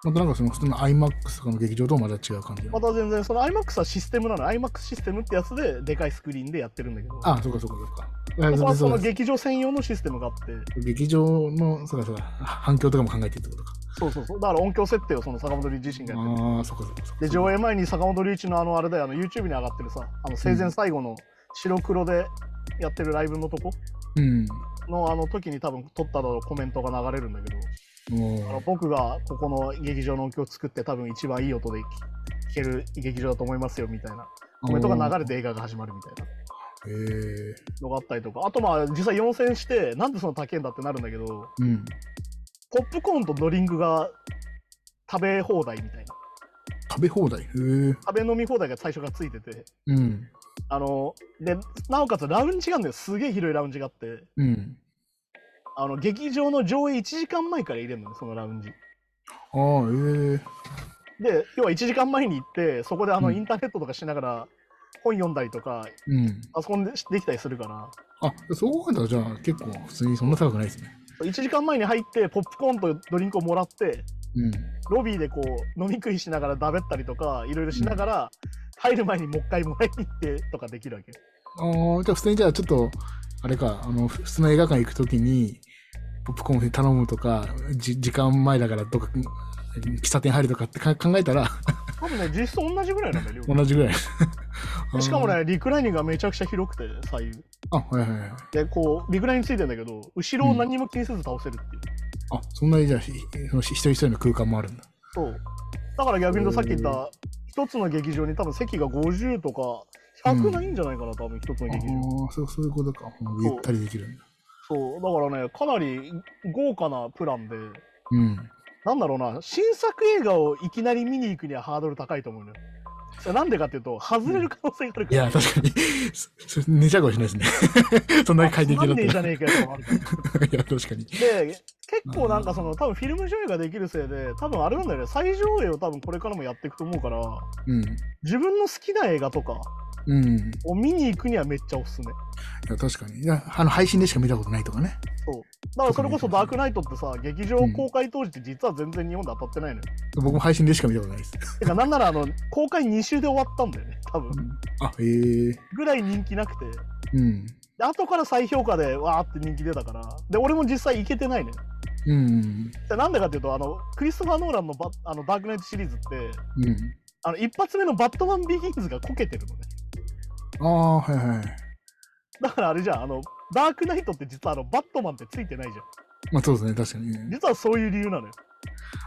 またなんかその普通の IMAX とかの劇場とはまた違う感じなまた全然、その IMAX はシステムなの、IMAX システムってやつで、でかいスクリーンでやってるんだけど、あ、そうかそうかそうか。そあこそうはだそそうのだ劇場専用のシステムがあって、劇場の、そうかそうか、反響とかも考えてるってことか。そうそうそう、だから音響設定をその坂本龍一自身がやってる。ああ、そうかそうかそうか。で、上映前に坂本龍一のあの、あれだよ、あの YouTube に上がってるさ、あの生前最後の白黒でやってるライブのとこ、うん。のあの時に多分撮ったのコメントが流れるんだけど、あのも僕がここの劇場の音響を作って多分一番いい音で聴ける劇場だと思いますよみたいなう、コメントが流れて映画が始まるみたいなれへえ。のがあったりとかあとまあ実際4戦してなんでその高いんだってなるんだけどうん。ポップコーンとドリンクが食べ放題みたいな食べ放題。へえ。食べ飲み放題が最初からついててうん。あのでなおかつラウンジがあるんだよすげえ広いラウンジがあってうん。あの劇場の上映1時間前から入れるのねそのラウンジああ、へえ。で要は1時間前に行ってそこであのうんインターネットとかしながら本読んだりとかうん。パソコンでできたりするからあ、そう考えたらじゃあ結構普通にそんな高くないですね。 1時間前に入ってポップコーンとドリンクをもらってうん。ロビーでこう飲み食いしながらだべったりとかいろいろしながら、入る前にもう一回もらいに行ってとかできるわけああ、じゃあ普通にじゃあちょっと、あれか、あの、普通の映画館行くときに、ポップコーン頼むとか、じ時間前だからとか、喫茶店入るとかってか考えたら多分ね実質同じぐらいなんだよ同じぐらい。でしかもねリクライニングがめちゃくちゃ広くて左右あ。あ、はいはいはい。でこうリクライニングついてんだけど後ろを何も気にせず倒せるっていう、あ、そんなにじゃあ、ひそのひ一人一人の空間もあるんだ。そう。だから逆に言うとさっき言った、一つの劇場に多分席が50とか、100ないんじゃないかな、多分一つのあ劇場。あ、そうそういうことか。うゆったりできるんだ。そう。だからね、かなり豪華なプランで、うん。なんだろうな、新作映画をいきなり見に行くにはハードル高いと思うのよ。それなんでかっていうと、外れる可能性があるいから。や、確かに、 そそ寝ちゃうかもしれないですね。そん なに快適だなっんたでら。じゃねえかよとかもあるから いや、確かに。で、結構なんかその、多分フィルム上映ができるせいで、多分あれなんだよね、最上映を多分これからもやっていくと思うから、うん。自分の好きな映画とかうん。いを見に行くにはめっちゃおすすめ。や、確かに。いや、あの、配信でしか見たことないとかね。そう。だからそれこそダークナイトってさ、劇場公開当時って実は全然日本で当たってないのよ。僕も配信でしか見たことないです。てか、なんならあの、公開2週で終わったんだよね、多分。あ、 へえ。ぐらい人気なくて。うん。で後から再評価でわーって人気出たから。で、俺も実際行けてないのよ。うん。でなんでかっていうと、あの、クリストファー・ノーランのバあのダークナイトシリーズって、うん。あの、一発目のバットマン・ビギンズがこけてるのね。ああ、はいはい。だからあれじゃん、あの、ダークナイトって実はあの、バットマンってついてないじゃん。まあ、そうですね、確かにね。実はそういう理由なのよ。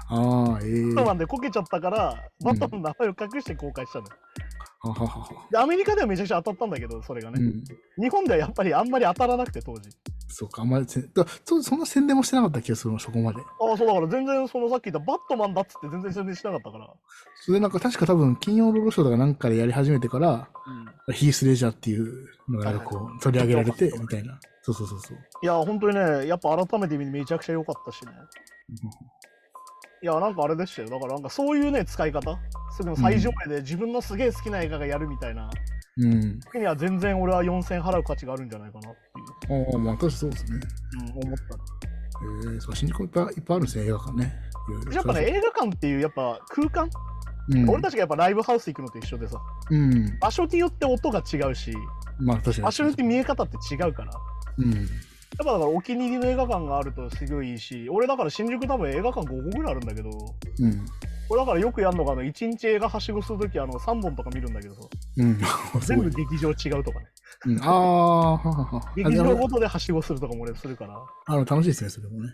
ああ、ええ。バットマはンでこけちゃったから、バットマンの名前を隠して公開したのよ。ははは。で、アメリカではめちゃくちゃ当たったんだけど、それがね。うん。日本ではやっぱりあんまり当たらなくて当時そうか、あんまりせん、だそそんな宣伝もしてなかった気がするの、そこまで。ああそうだから全然そのさっき言ったバットマンだっつって全然宣伝しなかったから、それでなんか確か多分、金曜ロードショーとかなんかでやり始めてから、ヒース・レジャーっていうのがなんかこう取り上げられて、みたいな。そうそうそうそう。いや本当にねやっぱ改めて見てめちゃくちゃ良かったしねいやなんかあれでしたよだからなんかそういうね使い方すぐの最上位で自分のすげえ好きな映画がやるみたいなうん。時には全然俺は4000払う価値があるんじゃないかなってああ、まあ確かにそうですね。いう、うん、思ったええそうか新宿もいっぱいいっぱいあるんですね、映画館ね。いろいろやっぱねそうそう映画館っていうやっぱ空間うん。俺たちがやっぱライブハウス行くのと一緒でさうん。場所によって音が違うしまあ確か場に。所によって見え方って違うからやっうん。ぱだからお気に入りの映画館があるとすごいいいし俺だから新宿多分映画館5個ぐらいあるんだけどうん。俺だからよくやるのがあの1日映画はしごするときあの3本とか見るんだけどさうん。す 全ご部い。劇場違うとかねうん、あーはははあ劇で場もごとではしごするとかも俺するからあの、楽しいですね、それもね。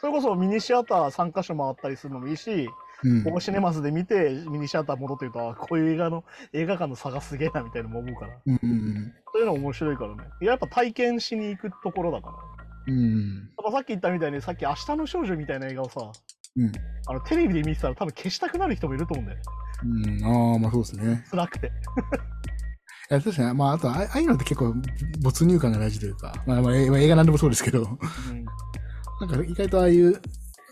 それこそミニシアター3カ所回ったりするのもいいしうんこ。こシネマスで見てミニシアター戻ってるとあこういう映画の映画館の差がすげえなみたいなのも思うからうんうんそういうの面白いからねやっぱ体験しに行くところだからうん。うん。やっぱさっき言ったみたいにさっき「明日の少女」みたいな映画をさうん。あのテレビで見てたら多分消したくなる人もいると思うんだよねうん、ああ、まあそうですね。辛くていや確かに、まああとあ、ああいうのって結構没入感が大事というか、まあ、まあ、えまあ映画なんでもそうですけど、う んなんか意外とああいう、あ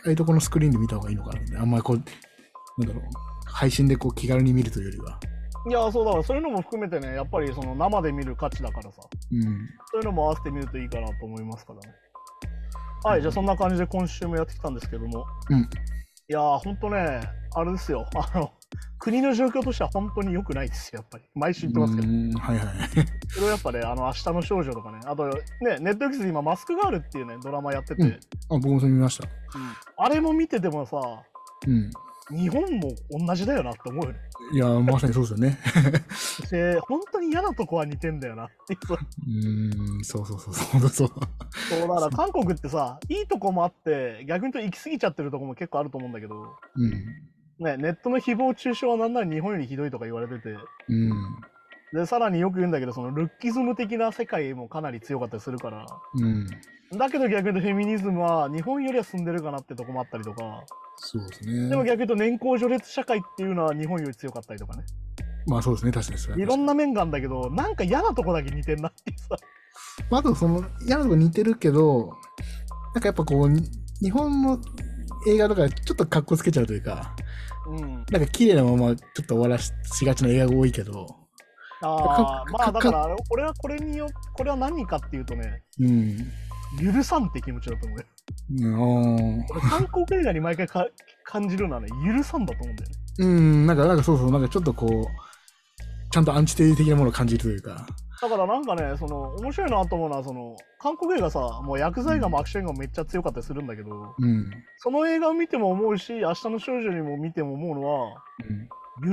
あいうとこのスクリーンで見た方がいいのかなってあんまりこう、なんだろう、配信でこう気軽に見るというよりは。いやそうだからそういうのも含めてねやっぱりその生で見る価値だからさうん。そういうのも合わせてみるといいかなと思いますからね。はい、じゃあそんな感じで今週もやってきたんですけども。うんいやー、ほんとね、あれですよ。あの、国の状況としては本当に良くないですよ、やっぱり。毎週言ってますけど。うんはいはい。それはやっぱね、あの、明日の少女とかね。あと、ね、ネットフリックスで今、マスクガールっていうね、ドラマやってて。うんあ、僕もそれ見ました。あれも見ててもさ、うん。日本も同じだよなって思うよね。いや、まさにそうですよね。 で、本当に嫌なとこは似てんだよな っていう。うん、そうそうそうそう、本当そう。そうだから韓国ってさ、いいとこもあって、逆に言うと行き過ぎちゃってるとこも結構あると思うんだけど。うん。ね、ネットの誹謗中傷はなんなら日本よりひどいとか言われてて、うん。で、さらによく言うんだけど、そのルッキズム的な世界もかなり強かったりするから、うん。だけど逆に言うとフェミニズムは日本よりは進んでるかなってとこもあったりとか、そうですね。でも逆に言うと年功序列社会っていうのは日本より強かったりとかね、まあそうですね、確かにそれは。いろんな面があるんだけど、なんか嫌なとこだけ似てんなっていうさ、まあ、あとその嫌なとこ似てるけどなんかやっぱこうに日本の映画とかちょっと格好つけちゃうというかうん。なんか綺麗なままちょっと終わらしがちな映画が多いけどああ、かまあだかからあれ、俺はこれによ、これは何かっていうとね、うん許さんって気持ちだと思うよ。うんあー俺韓国映画に毎回か感じるのはね、許さんだと思うんだよね。うんなんかなんかそうそうなんかちょっとこうちゃんとアンチテーゼ的なものを感じるというかだからなんかね、その面白いなと思うのは、その韓国映画さ、もう薬剤がもアクションがめっちゃ強かったりするんだけど、うんその映画を見ても思うし、明日の少女にも見ても思うのは、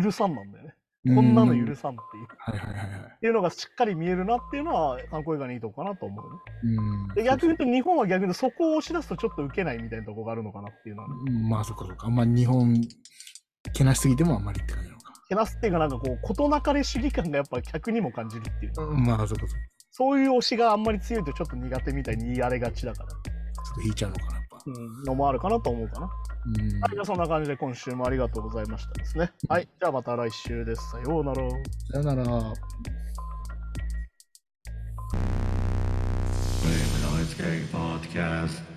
許さんなんだよね。うこんなのう許さんっていう。っはいはいはいはいていうのがしっかり見えるなっていうのは、韓国映画のいいとこかなと思うね。うんで逆に言うと、日本は逆にそこを押し出すとちょっとウケないみたいなとこがあるのかなっていうのはね。まあそっかそっかあんま日本けなしすぎてもあんまりって感じなのかけなすっていうか、なんかこう、事なかれ主義感がやっぱ客にも感じるっていう。うんまあそっかそっかそういう推しがあんまり強いとちょっと苦手みたいに言われがちだから。ちょっと引いちゃうのかなやっぱうん、のもあるかなと思うかな。うんはい、じゃあそんな感じで今週もありがとうございましたですね。はい、じゃあまた来週です。さようなら。さよなら Blame the Noise Gang Podcast.